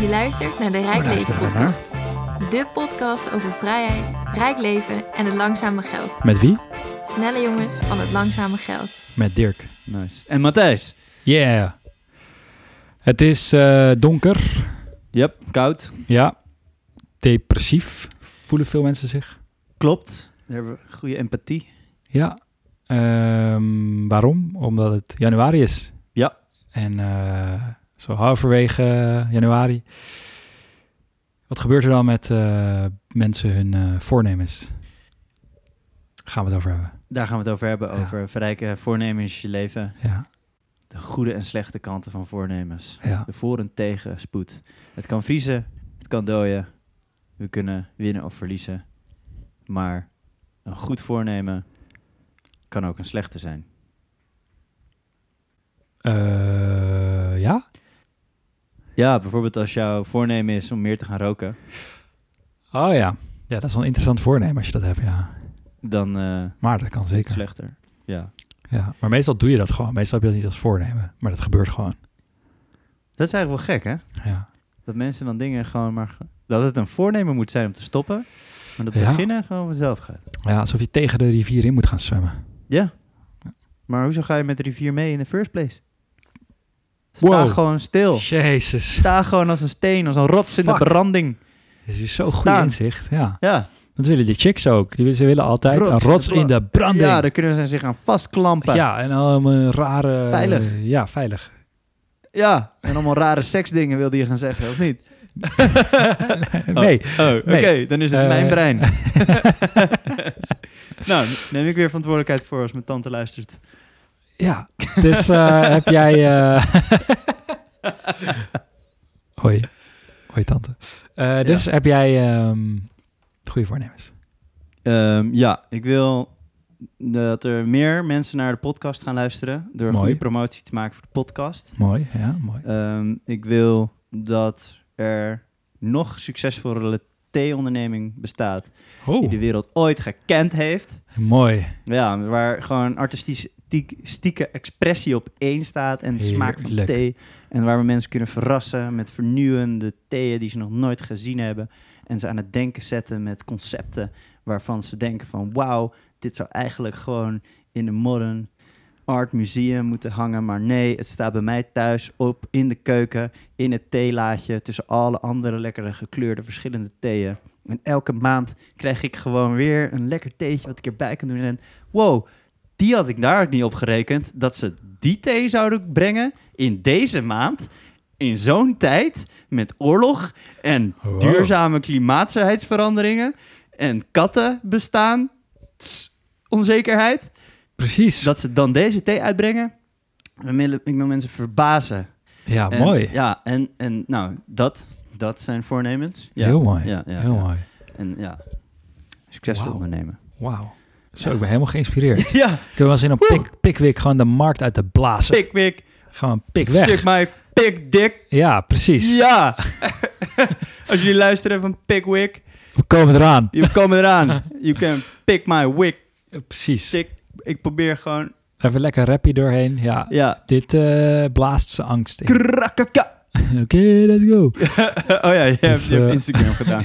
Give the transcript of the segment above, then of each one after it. Je luistert naar de Rijk Waar Leven luister je naar? podcast. De podcast over vrijheid, rijk leven en het langzame geld. Met wie? Snelle jongens van het langzame geld. Met Dirk. Nice. En Matthijs. Yeah. Het is eh, donker. Yep, koud. Ja. Depressief voelen veel mensen zich. Klopt. Daar hebben we goede empathie. Ja. Ehm, waarom? Omdat het januari is. Ja. En eh, zo halverwege eh, januari. Wat gebeurt er dan met eh, mensen hun eh, voornemens? Gaan we het over hebben. Daar gaan we het over hebben, Ja. over verrijken voornemens in je leven. Ja. De goede en slechte kanten van voornemens. Ja. De voor- en tegenspoed. Het kan vriezen, het kan dooien. We kunnen winnen of verliezen. Maar een goed voornemen kan ook een slechte zijn. Eh, ja? Ja, bijvoorbeeld als jouw voornemen is om meer te gaan roken, Oh ja. Ja, dat is wel een interessant voornemen als je dat hebt, ja. dan eh, is Maar dat kan het zeker. slechter. Ja. Ja, maar meestal doe je dat gewoon. Meestal heb je dat niet als voornemen, maar dat gebeurt gewoon. Dat is eigenlijk wel gek, hè? Ja, Dat mensen dan dingen gewoon maar... ge- Dat het een voornemen moet zijn om te stoppen. Maar dat Ja. beginnen gewoon vanzelf gaat. ja alsof je tegen de rivier in moet gaan zwemmen. Ja. Maar hoezo ga je met de rivier mee in de first place? Sta Wow. gewoon Oh. stil. Jezus. Sta gewoon als een steen, als een rots in de Fuck. branding. Dat is weer zo'n goed Staan. inzicht. Ja, Ja, dat willen die chicks ook. Die, willen- ze willen altijd Rots een rots in de branding. ja daar kunnen ze zich aan vastklampen. Ja, Ja, en allemaal een rare... Veilig. ja, veilig. en allemaal rare seksdingen wilde je gaan zeggen, of niet? Oh. nee. Oh, Oké, dan is het Eh. mijn brein. nou, neem ik weer verantwoordelijkheid voor als mijn tante luistert. Ja, dus eh, heb jij... eh, Hoi. Hoi, tante. Eh, dus heb jij ehm goede voornemens? Ehm, ja, ik wil dat er meer mensen naar de podcast gaan luisteren. Door Mooi. goede promotie te maken voor de podcast. Mooi, ja, mooi. Ehm, ik wil dat er nog succesvollere T-onderneming bestaat. Die Oh, de wereld ooit gekend heeft. mooi. Ja, waar gewoon artistieke expressie op één staat. En de smaak van Heerlijk. thee. En waar we mensen kunnen verrassen met vernieuwende theeën die ze nog nooit gezien hebben. En ze aan het denken zetten met concepten waarvan ze denken van... wauw, dit zou eigenlijk gewoon in de modern art museum moeten hangen. Maar nee, het staat bij mij thuis op in de keuken, in het theelaadje... tussen alle andere lekkere gekleurde verschillende theeën. En elke maand krijg ik gewoon weer een lekker theetje wat ik erbij kan doen. En wow, die had ik daar niet op gerekend. Dat ze die thee zouden brengen in deze maand. In zo'n tijd met oorlog en Wow. duurzame klimaatsveranderingen en katten bestaan. Tss, onzekerheid. Precies. Dat ze dan deze thee uitbrengen. We willen- Ik wil mensen verbazen. ja, En- Ah, mooi. Ja, en, en nou, dat, dat zijn voornemens. Ja. Heel mooi. Ja, ja, Heel ja. mooi. En ja, succesvol Wauw. ondernemen. Wauw. Zo, Ja. ik ben helemaal geïnspireerd. Ik Ja, heb wel zin om Woe. pik, Pickwick gewoon de markt uit te blazen. pikwik, Gewoon pik weg. stuk mij, pikdik. Ja, precies. Ja! Als jullie luisteren van pikwik, We komen eraan. je komen eraan. You can pick my wick, Ja, Precies. sick. Ik probeer gewoon, Even lekker rappie doorheen. Ja, ja. dit eh, blaast zijn angst in. Krakaka. Oké, let's go. oh ja, je hebt, Dus, je hebt eh, Instagram gedaan.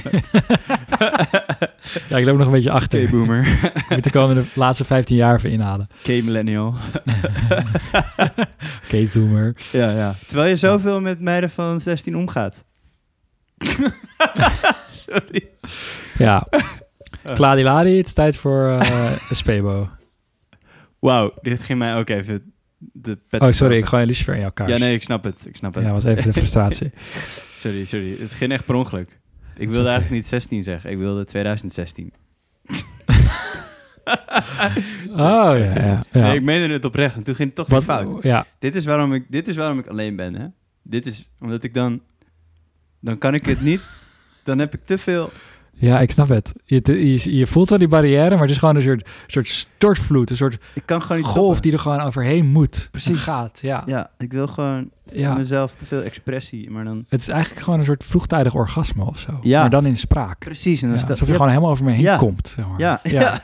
Ja, ik loop nog een beetje achter. K-boomer. Ik moet de komende laatste 15 jaar even inhalen. K-millennial. Oké, zoomer. Ja, ja. Terwijl je zoveel met meiden van 16 omgaat. Sorry. Ja. Kladiladi, het is tijd voor eh Spebo. Wauw, dit ging mij ook even de pet Oh, sorry, ik af. gooi een lucifer in jouw kaars. Ja, nee, ik snap het. Ik snap het. Ja, was even de frustratie. Sorry, sorry. Het ging echt per ongeluk. Ik wilde oké. eigenlijk niet 16 zeggen. Ik wilde 2016. Oh, ja, ja, ja. Nee, ik meende het oprecht. En toen ging het toch weer Wat, fout. ja, Dit is, waarom ik, dit is waarom ik alleen ben, hè. Dit is omdat ik dan... Dan kan ik het niet. Dan heb ik te veel... ja, ik snap het. Je, je, je voelt wel die barrière, maar het is gewoon een soort, soort stortvloed. Een soort Ik kan gewoon niet golf stoppen. die er gewoon overheen moet. Precies. En Gaat, ja. Ja, ik wil gewoon Ja. mezelf te veel expressie. Maar dan... Het is eigenlijk gewoon een soort vroegtijdig orgasme of zo. Ja. Maar dan in spraak. Precies. En Ja, dan alsof je gewoon helemaal over me heen Ja. komt. zeg maar. Ja. ja.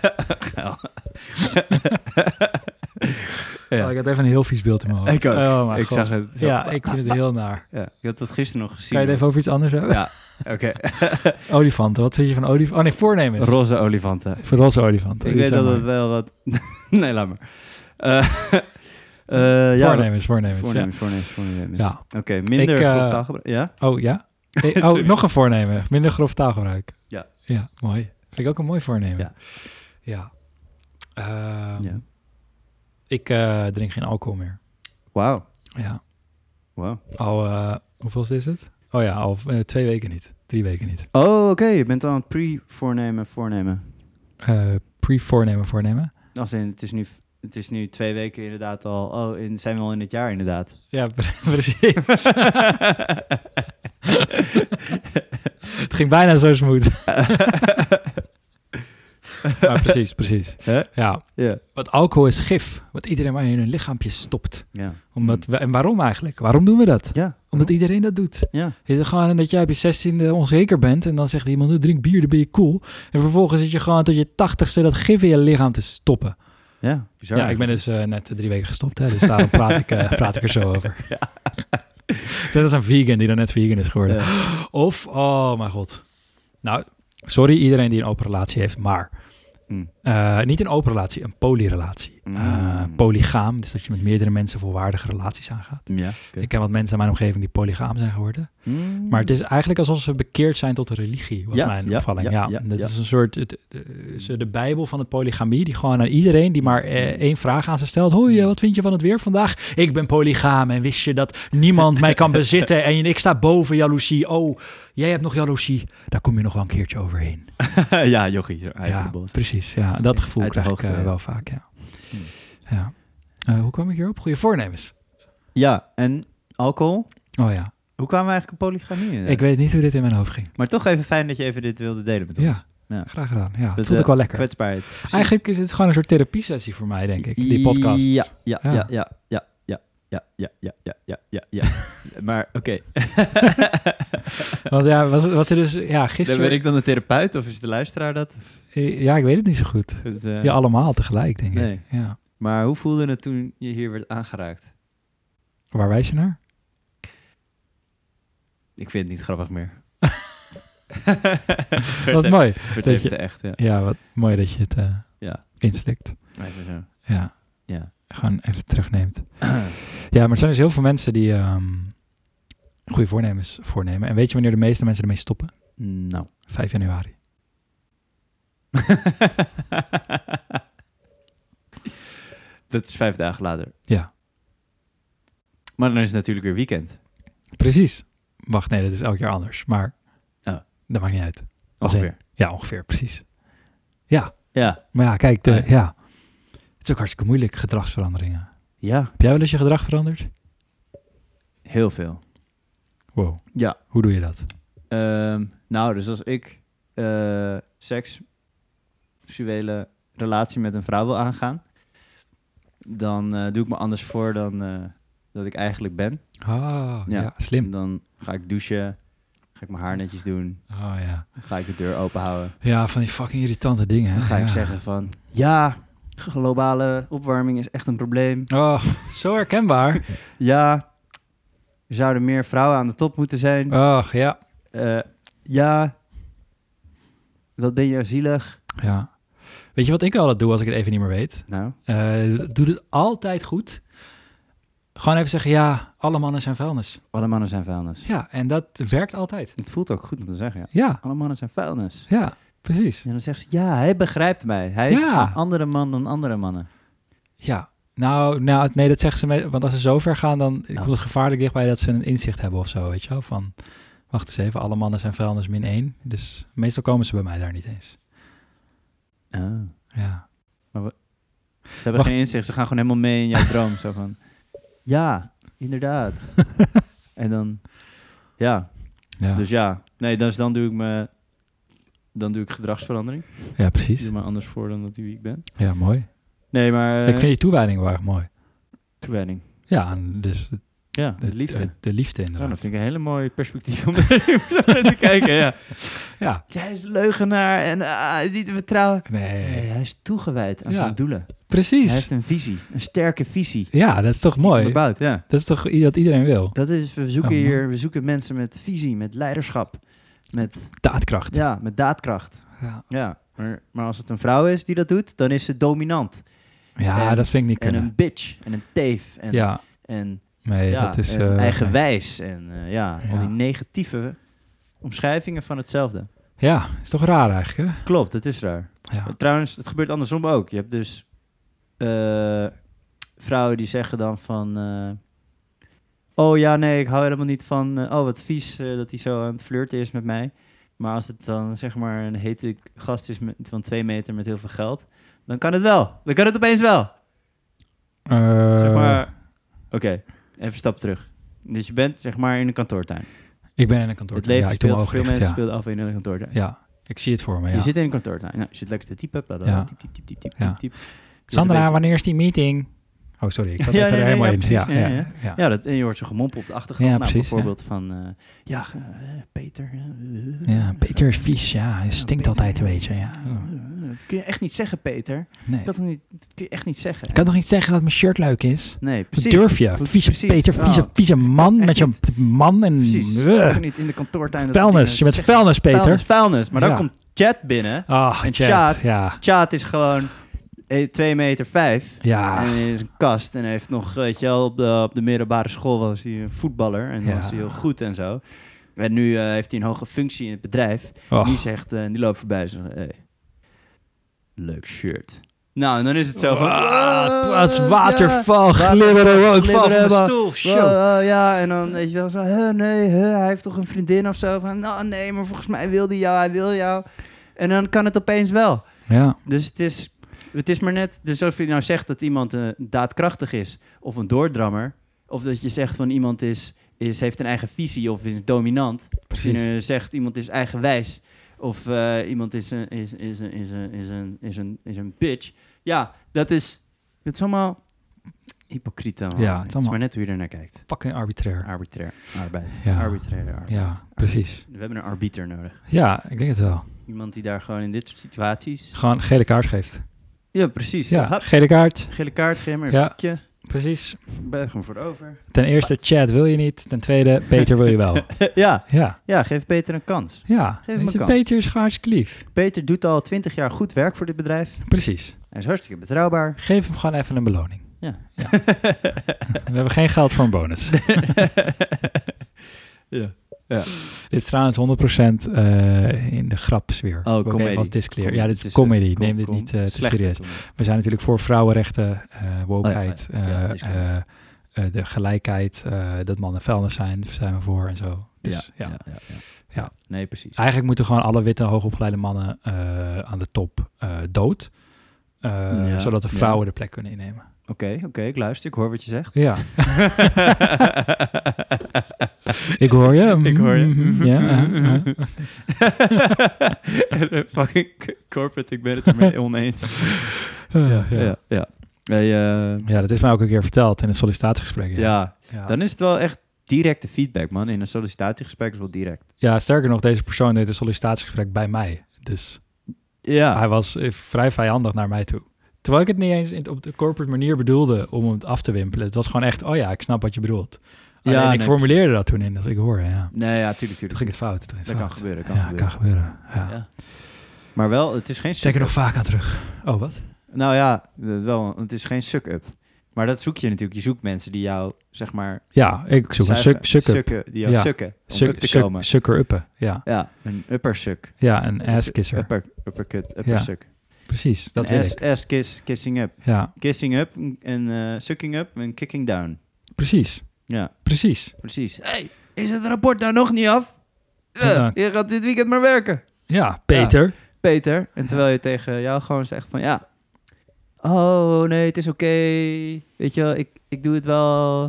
Ja. Oh, ik had even een heel vies beeld in mijn hoofd. Ik ook. Oh, mijn Ik god. zag het. Ja, ik vind het heel naar. Ja, ik had dat gisteren nog gezien. Kan je het even over iets anders hebben? Ja, oké. Olifanten. Wat vind je van olifanten? Oh nee, voornemens. Roze olifanten. Voor roze olifanten. Ik Iets weet dat aan het mij. wel wat... nee, laat maar. Eh, eh, ja, voornemens, voornemens. Voornemens, voornemens, voornemens. Ja. Oké, minder Ik, eh, grof taalgebruik. Ja? ja. Oh ja? Eh, oh, Sorry. nog een voornemen. Minder grof taalgebruik. Ja. Ja, mooi. Vind ik ook een mooi voornemen. Ja. Ja. Ehm, Ja. Ik eh, drink geen alcohol meer. Wauw. Ja. Wauw. Al, eh hoeveel is het? Oh ja, al eh, twee weken niet. Drie weken niet. Oh, oké. Je bent al aan het pre-voornemen, voornemen. Eh, Pre-voornemen, voornemen. Als in, het is nu... Het is nu twee weken inderdaad al. Oh, in, zijn we al in het jaar inderdaad. Ja, pre- precies. het ging bijna zo smooth. maar precies, precies. Hè? Ja. Ja. Want alcohol is gif, wat iedereen maar in hun lichaampje stopt. Ja. Omdat we, en waarom eigenlijk? Waarom doen we dat? Ja. Omdat iedereen dat doet. Ja. Je gewoon dat jij op je zestiende onzeker bent en dan zegt iemand, "Nou, drink bier, dan ben je cool. En vervolgens zit je gewoon tot je tachtigste dat gif in je lichaam te stoppen. Ja. Bizar. ja, ik ben dus eh, net drie weken gestopt, hè, dus daarom praat ik, eh, praat ik er zo over. Het is net als een vegan die dan net vegan is geworden. Ja. Of, oh mijn god. Nou, sorry iedereen die een open relatie heeft, maar... Mm. eh, niet een open relatie, een polyrelatie. Eh, Mm. polygaam, dus dat je met meerdere mensen volwaardige relaties aangaat. Ja. oké. Ik ken wat mensen in mijn omgeving die polygaam zijn geworden. Mm. Maar het is eigenlijk alsof ze bekeerd zijn tot de religie, wat Ja, mijn ja, opvatting. ja, Ja, ja, dat ja. is een soort het, de, ze- de bijbel van het polygamie, die gewoon aan iedereen die maar eh, Mm. één vraag aan ze stelt. Hoi, eh, wat vind je van het weer vandaag? Ik ben polygaam en wist je dat niemand mij kan bezitten en ik sta boven jaloezie. Oh, jij hebt nog jaloezie, daar kom je nog wel een keertje overheen. ja, jochie. zo, Eigen Ja, de bos. precies. Ja, dat gevoel Uit de krijg ik hoogte, eh, ja. wel vaak, ja. Hmm. ja. Eh, hoe kwam ik hierop? Goede voornemens. Ja, en alcohol? Oh ja, Hoe kwamen we eigenlijk op polygamie? in? ik weet niet hoe dit in mijn hoofd ging. Maar toch even fijn dat je even dit wilde delen met ons. Ja, Ja. graag gedaan. Ja, Met, dat voelde eh, ik wel lekker. Kwetsbaarheid. Precies. Eigenlijk is het gewoon een soort therapiesessie voor mij, denk ik, die podcast. Ja, ja, Ja. ja, ja, ja, ja, ja, ja, ja, ja, ja, ja, ja. maar oké, Want ja, wat, wat er dus... Ja, dan gisteren... ben ik dan de therapeut of is de luisteraar dat? Eh, Ja, ik weet het niet zo goed. Het, eh, Ja, allemaal tegelijk, denk ik. Nee. Ja. Maar hoe voelde het toen je hier werd aangeraakt? Waar wijs je naar? Ik vind het niet grappig meer. Wat mooi. Het dat werd je- even te echt, ja. Ja, wat mooi dat je het eh, Ja. inslikt. Even zo. Ja. Ja. Gewoon even terugneemt. ja, maar er zijn dus heel veel mensen die ehm goede voornemens voornemen. En weet je wanneer de meeste mensen ermee stoppen? Nou. 5 januari. dat is vijf dagen later. Ja. Maar dan is het natuurlijk weer weekend. Precies. Wacht, nee, dat is elk jaar anders. Maar Oh. dat maakt niet uit. Als in- Ongeveer. Ja, ongeveer, precies. Ja. Maar ja, kijk, de, Ah, ja. ja. Het is ook hartstikke moeilijk, gedragsveranderingen. Ja, Heb jij wel eens je gedrag veranderd? heel veel. Wow. Ja. Hoe doe je dat? Ehm, nou, dus als ik eh seksuele relatie met een vrouw wil aangaan, dan eh, doe ik me anders voor dan eh, dat ik eigenlijk ben. Ah, ja. Ja. slim. Dan ga ik douchen, ga ik mijn haar netjes doen, Oh ja. ga ik de deur open houden. Ja, van die fucking irritante dingen. hè? Dan ga ik Ja. zeggen van, ja, globale opwarming is echt een probleem. Oh, zo herkenbaar. Ja, er zouden meer vrouwen aan de top moeten zijn. Ach, ja. Eh, ja, wat ben je zielig. Ja. Weet je wat ik altijd doe als ik het even niet meer weet? Nou, Eh, doe het altijd goed. Gewoon even zeggen, ja, alle mannen zijn vuilnis. alle mannen zijn vuilnis. Ja, en dat werkt altijd. Het voelt ook goed om te zeggen, ja. Ja, Alle mannen zijn vuilnis. ja, precies. En dan zegt ze, ja, hij begrijpt mij. Hij is Ja. een andere man dan andere mannen. Ja. Nou, nou, nee, dat zeggen ze. me- want als ze zo ver gaan, dan Ja. komt het gevaarlijk dichtbij dat ze een inzicht hebben of zo, weet je wel. Van, wacht eens even, alle mannen zijn vuilnis min één. Dus meestal komen ze bij mij daar niet eens. Ja. Ze hebben Oh. Wacht. geen inzicht, ze gaan gewoon helemaal mee in jouw droom. Zo van, ja, inderdaad. en dan, ja, Ja, dus ja. Nee, dus dan doe ik me... Dan doe ik gedragsverandering. ja Ik precies. doe me anders voor dan dat wie ik ben. Ja, mooi. Nee, maar eh, ik vind je toewijding wel erg mooi. toewijding. Ja, en dus Ja, De de liefde. De, de liefde, Nou, dat inderdaad. vind ik een hele mooie perspectief om even zo naar te kijken. Ja. Ja, Hij is leugenaar en ah, hij is niet te vertrouwen. Nee, nee, hij is toegewijd aan Ja. zijn doelen. Hij precies. heeft een visie, een sterke visie. Ja, dat is toch mooi? Onderbouwd, ja. Dat is toch i- dat iedereen wil? Dat is, we zoeken Oh, man. hier, we zoeken mensen met visie, met leiderschap, met, Daadkracht. ja, met daadkracht. Ja, Ja, maar, maar als het een vrouw is die dat doet, dan is ze dominant. ja En- dat vind ik niet En kunnen. een bitch, en een teef, en, ja, en, nee, ja, dat is... en eh, eigenwijs. En eh, ja, al Ja. die negatieve omschrijvingen van hetzelfde. Ja, is toch raar eigenlijk, hè? Klopt, dat is raar. Ja, Trouwens, het gebeurt andersom ook. Je hebt dus eh, vrouwen die zeggen dan van... eh, oh ja, nee, ik hou helemaal niet van... eh, oh, wat vies eh, dat hij zo aan het flirten is met mij. Maar als het dan zeg maar een hete gast is met, van twee meter met heel veel geld... dan kan het wel. Dan kan het opeens wel. Eh, Zeg maar... Oké, even een stap terug. Dus je bent zeg maar in een kantoortuin. ik ben in een kantoor. het leven ja, ik doe speelt mijn voor ogen veel dicht, mensen ja. speelt af in een kantoortuin. ja, ik zie het voor me, ja. Je zit in een kantoortuin. Nou, je zit lekker te typen. Bla, bla, bla, Ja. typ, typ, typ, typ, typ, Ja. typ, typ. Je wordt een Sandra, beetje- wanneer is die meeting? Oh, sorry, ik zat Ja, even nee, er nee, helemaal ja, in. precies, Ja, ja, ja, ja. ja, Ja, dat, en je hoort zo'n gemompel op de achtergrond. Ja, nou, precies, bijvoorbeeld van... eh, ja, eh, Peter. eh, Ja, Peter is vies, ja. Hij Ja, stinkt Peter, altijd een ja. beetje, ja. Oh, eh, dat kun je echt niet zeggen, Peter. Nee. Dat, niet, dat kun je echt niet zeggen. Ik kan nog niet zeggen dat mijn shirt leuk is. nee, Hoe precies. durf je? Hoe- Vieze precies. Peter, vieze, Oh. vieze man Echt met je niet. man en... Precies. Ugh. Je kan niet in de kantoortuin... dat soort Vuilnis, dingen je bent zeggen. vuilnis, Peter. Vuilnis, vuilnis. Maar dan Ja. komt Chad binnen. Ah, En chat, Tjaat. ja. Chad is gewoon 2 meter 5. Ja, En is een kast en heeft nog, weet je wel, op de, op de middelbare school was hij een voetballer en Ja. was hij heel goed en zo. En nu eh, heeft hij een hoge functie in het bedrijf. Och. Die zegt, eh, die loopt voorbij en zegt, hey, leuk shirt. Nou, en dan is het zo van... Ah, "Ah, plaats waterval, Water- glibberen, ik val van glibberen, mijn maar- stoel. ja, Show. oh, ja, en dan weet je wel zo, "Huh, nee, huh, hij heeft toch een vriendin of zo. Van, nou nee, maar volgens mij wil hij jou, hij wil jou. En dan kan het opeens wel. Ja, Dus het is, het is maar net. Dus of je nou zegt dat iemand eh, daadkrachtig is of een doordrammer, of dat je zegt van iemand is, is, heeft een eigen visie of is dominant. Of je precies. eh, zegt iemand is eigenwijs of eh, iemand is een, is, is, een- is, een- is, een, is, een, is een bitch. Ja, dat is. Het is allemaal hypocriet allemaal. Ja, het is het is allemaal- maar net hoe je er naar kijkt. Fucking arbitrair. Arbitrair arbeid. Ja. Arbitraire arbeid. Ja, precies. We hebben een arbiter nodig. Ja, ik denk het wel. Iemand die daar gewoon in dit soort situaties. Gewoon gele kaart geeft. Ja, precies. Ja, Hap, gele kaart. gele kaart, geef maar een Ja. piekje. Precies. Buig hem voor de over. Ten eerste, chat wil je niet. Ten tweede, Peter wil je wel. ja, Ja, ja, geef Peter een kans. ja. Weet hem een je, kans. Peter is gewoon hartstikke lief. Peter doet al 20 jaar goed werk voor dit bedrijf. Precies. Hij is hartstikke betrouwbaar. Geef hem gewoon even een beloning. Ja. Ja. We hebben geen geld voor een bonus. ja. dit is trouwens 100% eh, in de grapsfeer. Oh, Wil ik even comedy. Als disclaimer. Ja, dit is Het comedy. eh, com- Neem dit com- niet eh, te slechte serieus. comedy. We zijn natuurlijk voor vrouwenrechten, eh wokeheid, Oh ja, ja, ja, eh, disclaimer. eh, eh, de gelijkheid, eh, dat mannen vuilnis zijn, daar zijn we voor en zo. Dus, ja. Ja. Nee, precies. Eigenlijk moeten gewoon alle witte hoogopgeleide mannen eh, aan de top eh, dood. Eh, Ja, zodat de ja. vrouwen de plek kunnen innemen. Oké, oké, ik luister. Ik hoor wat je zegt. Ja, ik hoor je. Ik hoor je. Mhm, Ja, ja, ja. Fucking corporate, ik ben het ermee oneens. ja, ja. ja. ja. Wij, eh, Ja, dat is mij ook een keer verteld in een sollicitatiegesprek. Ja, ja, ja. dan is het wel echt directe feedback, man. In een sollicitatiegesprek is wel direct. Ja, sterker nog, deze persoon deed een sollicitatiegesprek bij mij. Dus Ja. hij was eh, vrij vijandig naar mij toe. Terwijl ik het niet eens in- op de corporate manier bedoelde om het af te wimpelen. Het was gewoon echt, oh ja, ik snap wat je bedoelt. Ja, ik nee, formuleerde dat toen in, als ik hoor. Ja. Nee, ja, tuurlijk, Toen tuurlijk. ging het fout. Toen ging het Dat kan fout. gebeuren, kan ja, gebeuren. kan gebeuren. Ja. Ja. Maar wel, het is geen Ik denk er suck-up. nog vaak aan terug. Oh, wat? Nou ja, eh, wel, het is geen suck-up. Maar dat zoek je natuurlijk. Je zoekt mensen die jou, zeg maar... Ja, ik zoek zuigen, een suk, sukker. sukken, Die jou Ja. sukken om Suk, up te suk- komen. sukker uppen. Ja. Ja, een upper suk. ja, een Dus asskisser. Upper, uppercut, upper Ja, suk. Precies, dat Een weet ass, ik. ass kiss, kissing up. Ja, Kissing up en eh, sucking up en kicking down. precies. Ja, Precies. precies. hey, is het rapport nou nog niet af? Eh, Ja. Je gaat dit weekend maar werken. Ja, Peter. Peter. En terwijl je tegen jou gewoon zegt van ja. Oh nee, het is oké. Weet je wel, ik, ik doe het wel.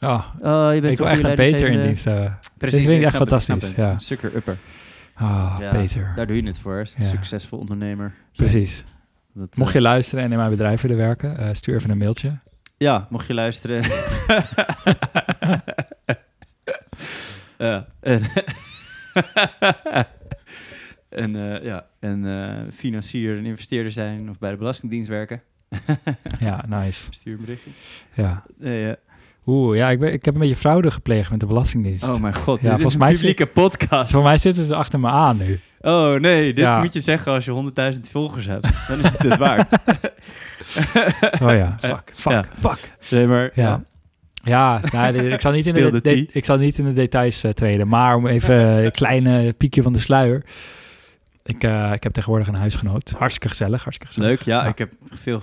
Oh, Oh, je bent ik wil zo'n echt goede een Peter in leidinggevende. dienst eh. hebben. Precies, Ik vind het ik echt snap het, ik snap fantastisch, het. ja. Sucker upper. Ah, Ja, Peter. Daar doe je het voor. Is Ja. Succesvol ondernemer. Precies. Dat, Mocht eh, je luisteren en in mijn bedrijf willen werken, eh, stuur even een mailtje. Ja, mocht je luisteren. En, en, eh, ja, en eh, financier en investeerder zijn of bij de Belastingdienst werken. Ja, nice. Stuur een berichtje. Ja. Nee, eh, Oeh, ja, ik, ben, ik heb een beetje fraude gepleegd met de Belastingdienst. oh mijn god, Ja, dit volgens is een mij zit- publieke podcast. Voor mij zitten ze achter me aan nu. Oh nee, dit Ja. moet je zeggen als je 100.000 volgers hebt. Dan is het het waard. Oh ja, fuck, fuck, Ja. fuck. Nee, maar ja. Ja. Ja, nou, dit- ik, zal niet in de, Speelde de- die. ik zal niet in de details eh, treden. Maar om even eh, een kleine piekje van de sluier. Ik, eh, ik heb tegenwoordig een huisgenoot. Hartstikke gezellig, hartstikke gezellig. Leuk, ja, Ja. Ik heb veel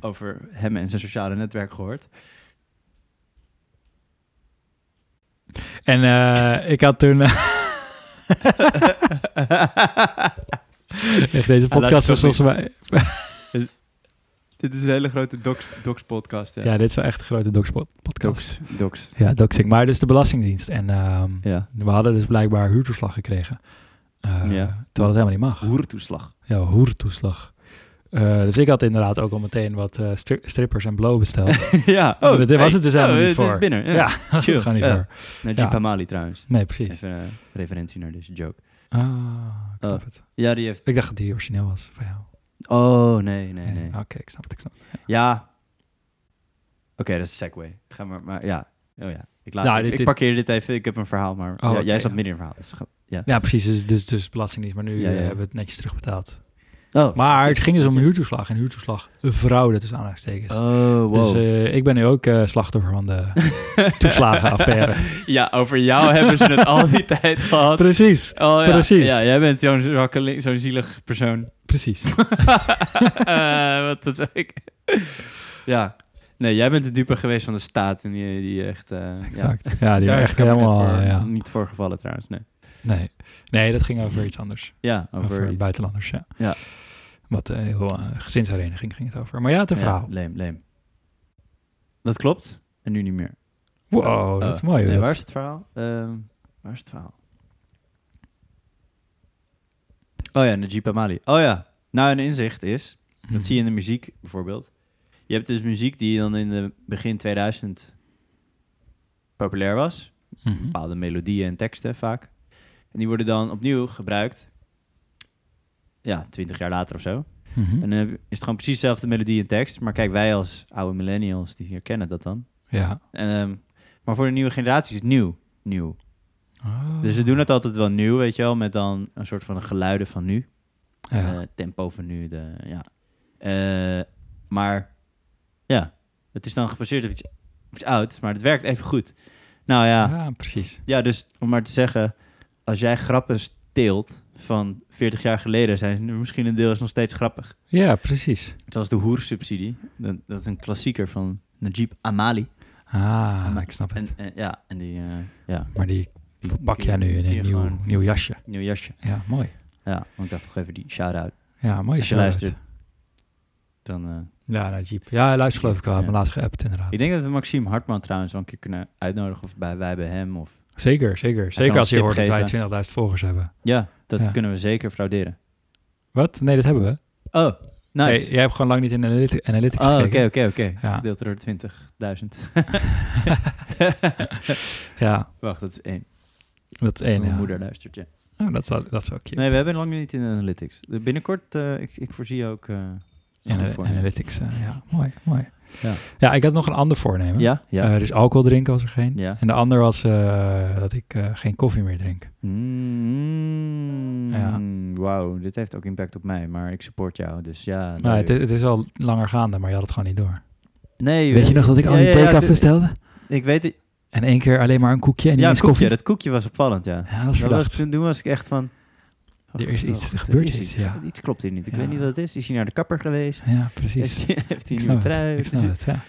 over hem en zijn sociale netwerk gehoord. En eh, ik had toen... Echt, deze podcast het is volgens mij... Dit is een hele grote docs, docs podcast. Ja. Ja, dit is wel echt een grote docs-podcast. Docs. Ja, doxing. Maar dit is de Belastingdienst. En ehm, Ja. we hadden dus blijkbaar huurtoeslag gekregen. Eh, Ja. Terwijl het helemaal niet mag. Hoertoeslag. Ja, hoertoeslag. Eh, dus ik had inderdaad ook al meteen wat eh, stri- strippers en blow besteld. ja. Oh, dit was het dus helemaal oh, niet dit is voor. binnen. Ja. Ja, dat chill. is gewoon niet Ja. waar. Naar Ja. Jeep Hamali trouwens. Nee, precies. Even een referentie naar deze joke. Ah, ik snap Oh. het. Ja, die heeft... Ik dacht dat die origineel was van jou. Oh, nee, nee, Ja, nee. Oké, ik snap het, ik snap het. Ja. Oké, dat is een segue. Ga maar, maar ja. Oh ja. Ik, laat, Nou, ik, dit- ik dit- parkeer dit even. Ik heb een verhaal, maar ja, oké, jij zat ja. midden in een verhaal. Dus ga- Ja, precies. Dus, dus, dus belastingdienst. Maar nu Ja, eh, ja. hebben we het netjes terugbetaald. Oh. Maar het ging dus om huurtoeslag. En huurtoeslag, een fraude tussen aanhalingstekens. Oh, wow. Dus eh, ik ben nu ook eh, slachtoffer van de toeslagenaffaire. ja, over jou hebben ze het al die tijd gehad. Precies, Oh, ja. Precies. Ja, jij bent zo'n zwakkeling- zo'n zielig persoon. precies. Eh, wat dat zeg ik. ja. Nee, jij bent de dupe geweest van de staat. En die, die echt... eh, Exact. Ja, Ja. die Daar waren echt gaan we net helemaal... voor- ja. Niet voor gevallen trouwens, nee. nee. nee, dat ging over iets anders. Ja, Over, over... iets- buitenlanders, ja. Ja. Wat eh, heel, eh, gezinshereniging ging het over. Maar ja, het een Ja, verhaal. leem, leem. Dat klopt. En nu niet meer. Wow, dat is Oh, mooi. nee, dat. waar is het verhaal? Ehm, waar is het verhaal? Oh ja, Najib Amali. Oh ja. Nou, een inzicht is... Mhm. Dat zie je in de muziek bijvoorbeeld. Je hebt dus muziek die dan in de begin 2000 populair was. Mhm. bepaalde melodieën en teksten vaak. En die worden dan opnieuw gebruikt. Ja, twintig jaar later of zo. Mhm. En dan heb- is het gewoon precies dezelfde melodie en tekst. Maar kijk, wij als oude millennials, die herkennen dat dan. Ja. En, ehm, maar voor de nieuwe generatie is het nieuw. Nieuw. Ah. Dus ze doen het altijd wel nieuw, weet je wel. Met dan een soort van geluiden van nu. Ja. Eh, tempo van nu, de, ja. Eh, maar ja, het is dan gebaseerd op iets, op iets ouds. Maar het werkt even goed. Nou ja, ja, precies. ja, dus om maar te zeggen, als jij grappen steelt van 40 jaar geleden, zijn ze nu misschien een deel is nog steeds grappig. Ja, precies. Zoals de hoersubsidie, dat, dat is een klassieker van Najib Amali. Ah, ik snap En, het. en- ja, en die, eh, ja, Maar die die pak kun je- jij nu in kun je een nieuw, gewoon- nieuw jasje. nieuw jasje. Ja, mooi. Ja, want ik dacht toch even die shout-out. Ja, mooi Als je shout-out. luistert. Dan, eh, Ja, naar Jeep. Ja, hij luistert geloof ik wel. Hij heeft Ja. me laatst geappt inderdaad. ik denk dat we Maxime Hartman trouwens wel een keer kunnen uitnodigen of bij wij bij hem. Of, Zeker, zeker. kan Zeker als een je hoort tip dat wij 20.000 volgers hebben. ja, dat Ja. kunnen we zeker frauderen. Wat? Nee, dat hebben we. Oh, Nee, nice. jij hebt gewoon lang niet in analytics, analytics oh, gekeken. oké, oké, oké. Ja. Gedeeld door 20.000. Ja, Wacht, dat is één. dat is één. Mijn Ja. moeder luistert, ja. Oh, dat is wel, dat is wel cute. Nee, we hebben lang niet in analytics. De- Binnenkort, eh, ik, ik voorzie ook... eh, een Ana- goed voornemen. analytics, eh, ja. Mooi, mooi. Ja. Ja. ik had nog een ander voornemen. Ja? Ja. Eh, dus alcohol drinken was er geen. Ja. En de ander was eh, dat ik eh, geen koffie meer drink. Mm, Eh, Ja. Wauw, dit heeft ook impact op mij, maar ik support jou, dus ja. Maar nee. Nou, het, het is al langer gaande, maar je had het gewoon niet door. nee, Weet je nog dat ik al die ja, take ja, het- bestelde? Ik weet het. En één keer alleen maar een koekje en niet Ja, eens koekje, koffie? dat koekje was opvallend, ja. Ja, dat is Dat was, verdacht. toen, toen was ik echt van... oh, Er is god, iets, er er gebeurt is iets, ja. Iets klopt hier niet. Ik Ja. weet niet wat het is. Is hij naar de kapper geweest? Ja, precies. Heeft hij- Heeft hij Ik een snap nieuwe het. trui? Ik snap het, ja. Het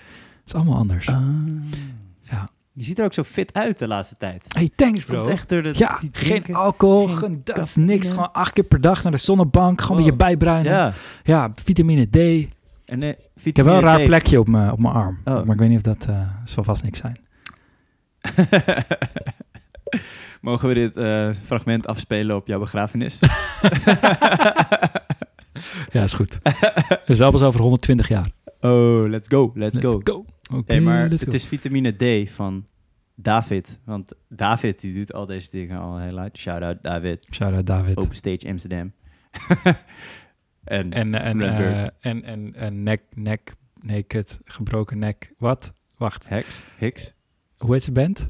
is allemaal anders. Ah. ja. Ja. Je ziet er ook zo fit uit de laatste tijd. Hey, thanks bro. Komt echt door de, Ja, die geen drinken. alcohol, geen geen, dat is cafeïne. niks. Gewoon acht keer per dag naar de zonnebank, gewoon Wow. met je bijbruinen. Ja. Ja, vitamine D. en eh, Ik heb wel een raar vitamine D. plekje op mijn op mijn arm, Oh. maar ik weet niet of dat, eh dat zal vast niks zijn. Mogen we dit eh, fragment afspelen op jouw begrafenis? Ja, is goed. dus wel pas over 120 jaar. oh, let's go, let's, go. Oké, Hey, maar let's het go. is vitamine D van David. Want David die doet al deze dingen al heel uit. Shout-out David. Shout-out David. Open Stage Amsterdam. en, En, en, Red eh, Bird. en, en, en nek, nek, naked, gebroken nek. Wat? Wacht, Hex, Hicks. hoe heet ze band?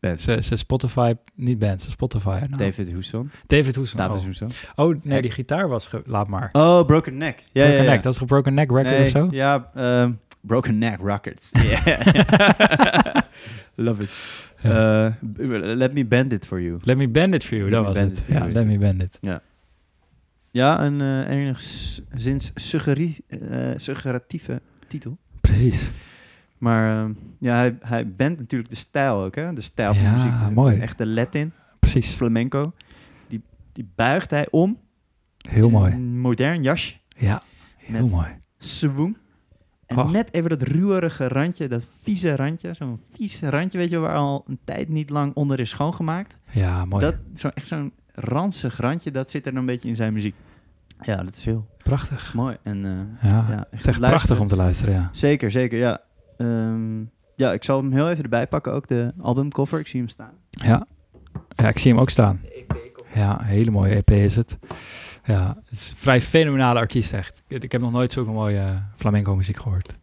Band. Ze, ze Spotify, niet band, ze Spotify. Nou, David Hoeson. David Hoesen. David oh. Hoeson. Oh, nee, die gitaar was... ge- Laat maar. Oh, Broken Neck. Ja, ja, broken ja. Neck, dat is een Broken Neck Record Nee, of zo? Ja, ehm, Broken Neck Records. Yeah. Love it. Eh, b- let me bend it for you. Let Me Bend It For You, Let dat Me was Bend het. It For ja, You is Let het. Me Bend It. Ja, een eh, enigszins suggerie, eh, suggeratieve titel. Precies. Maar ehm, ja, hij, hij bent natuurlijk de stijl ook, hè? De stijl Ja, van muziek. Er zit mooi. Echt de Latin, Precies. flamenco. Die, die buigt hij om. Heel in mooi. Een modern jasje. Ja, heel Met- mooi. Swoon. En Oh. net even dat ruwerige randje, dat vieze randje. Zo'n vieze randje, weet je, waar al een tijd niet lang onder is schoongemaakt. Oh, Ja, mooi. Dat, zo, echt zo'n ranzig randje, dat zit er dan een beetje in zijn muziek. Ja, dat is heel Prachtig. mooi. En, eh, Ja, ja, Ah, het is echt prachtig om te luisteren, ja. Zeker, zeker, ja. Ehm, ja, ik zal hem heel even erbij pakken, ook de albumcover. Ik zie hem staan. Ja. ja, ik zie hem ook staan. E Ja, een hele mooie EP is het. Ja, het is een vrij fenomenale artiest echt. Ik ik heb nog nooit zulke mooie eh, flamenco muziek gehoord.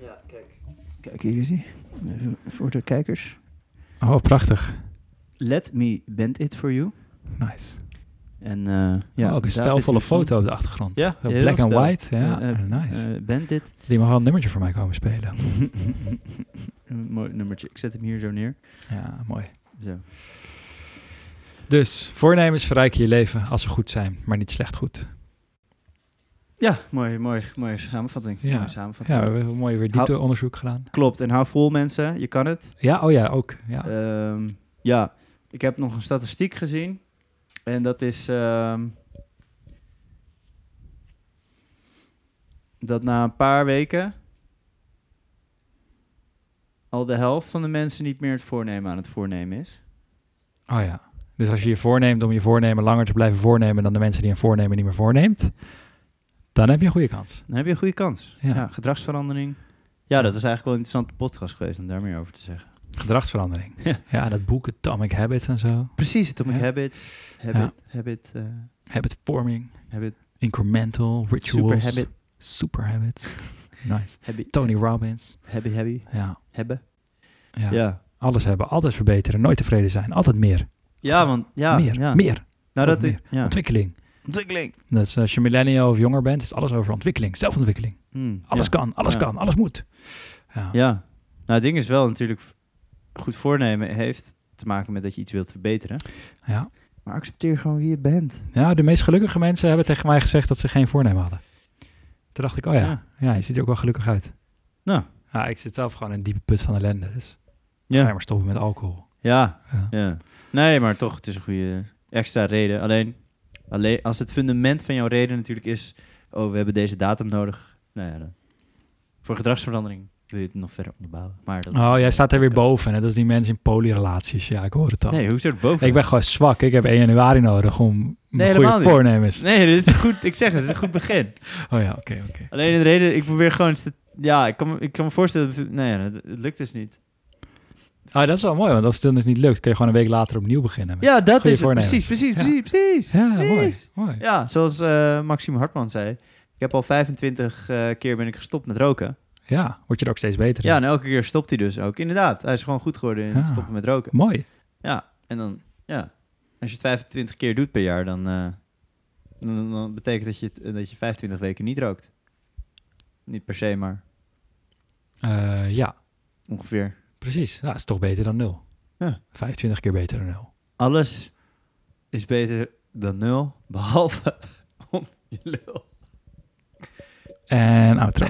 Ja, kijk. Kijk, hier is hij. Even Voor de kijkers. Oh, prachtig. Let Me Bend It For You. Nice. En, eh ja, Ja, Oh, ook een David stijlvolle Houston. foto op de achtergrond. Ja, Zo heel black and stijl. white. Ja, Eh, eh, nice. eh, Bend It. Die mag wel een nummertje voor mij komen spelen. Een mooi nummertje. Ik zet hem hier zo neer. Ja, mooi. Zo. Dus, voornemens verrijken je leven als ze goed zijn, maar niet slecht goed. Ja, mooi, mooi, mooie samenvatting. Ja. Mooie samenvatting. Ja, we hebben mooi weer diepte onderzoek gedaan. Klopt. En hou vol mensen. Je kan het. Ja, oh ja, ook. Ja. Ehm, ja. Ik heb nog een statistiek gezien. En dat is... ehm, dat na een paar weken... al de helft van de mensen niet meer het voornemen aan het voornemen is. Oh ja. Dus als je je voorneemt om je voornemen langer te blijven voornemen dan de mensen die een voornemen niet meer voorneemt, dan heb je een goede kans. Dan heb je een goede kans. Ja. ja gedragsverandering. Ja, dat is eigenlijk wel een interessante podcast geweest om daar meer over te zeggen. Gedragsverandering. Ja. Ja, dat boek Atomic Habits en zo. Precies, Atomic Ja. Habits. Habit, Ja. habit, eh, Habit forming, habit, incremental, rituals. super habit, Super habits. nice. habit, Tony Robbins. habby, habby, Ja, hebben. ja. Ja. Alles hebben, altijd verbeteren, nooit tevreden zijn, altijd meer. Ja, want, ja. meer, ja. meer. Nou, dat, meer. ja. Ontwikkeling. Ontwikkeling. Dus als je millennial of jonger bent, is alles over ontwikkeling, zelfontwikkeling. Hmm, Alles ja. kan, alles Ja. kan, alles moet. Ja. Ja. Nou, het ding is wel natuurlijk, goed voornemen heeft te maken met dat je iets wilt verbeteren. ja. Maar accepteer gewoon wie je bent. Ja, de meest gelukkige mensen hebben tegen mij gezegd dat ze geen voornemen hadden. Toen dacht ik, oh ja, ja. Ja. je ziet er ook wel gelukkig uit. Nou. Ja, ik zit zelf gewoon in een diepe put van ellende, dus ga Ja. maar stoppen met alcohol. ja, Ja. ja. Nee, maar toch, het is een goede extra reden. Alleen, alleen als het fundament van jouw reden natuurlijk is, oh, we hebben deze datum nodig. Nou ja, dan- voor gedragsverandering wil je het nog verder onderbouwen. Maar dat Oh, jij staat er weer boven, hè? dat is die mensen in polyrelaties. Ja, ik hoor het al. Nee, hoe zit het boven? ik ben gewoon zwak, ik heb 1 januari nodig om mijn helemaal goede niet. voornemens. Nee, dit is goed. Ik zeg het, het is een goed begin. Oh ja, oké, oké. Alleen de reden, ik probeer gewoon... sta- Ja, ik kan, me- ik kan me voorstellen... dat- Nou ja, het, het lukt dus niet. Ah, dat is wel mooi, want als het dan dus niet lukt, kun je gewoon een week later opnieuw beginnen. met- Ja, dat Goeie is het. voornemens. Precies, precies, Ja. precies, precies. Ja, mooi. Precies. mooi. Ja, zoals eh, Maxime Hartman zei. Ik heb al 25 eh, keer ben ik gestopt met roken. Ja, word je er ook steeds beter in. Ja, en elke keer stopt hij dus ook. Inderdaad, hij is gewoon goed geworden in het Ja. stoppen met roken. Mooi. Ja, en dan... Ja, als je het 25 keer doet per jaar, dan... eh, dan, dan betekent dat je, het- eh, dat je 25 weken niet rookt. Niet per se, maar Eh, ja, ongeveer. precies. Ja, dat is toch beter dan nul. Ja. 25 keer beter dan nul. alles is beter dan nul, behalve om je lul. En outro.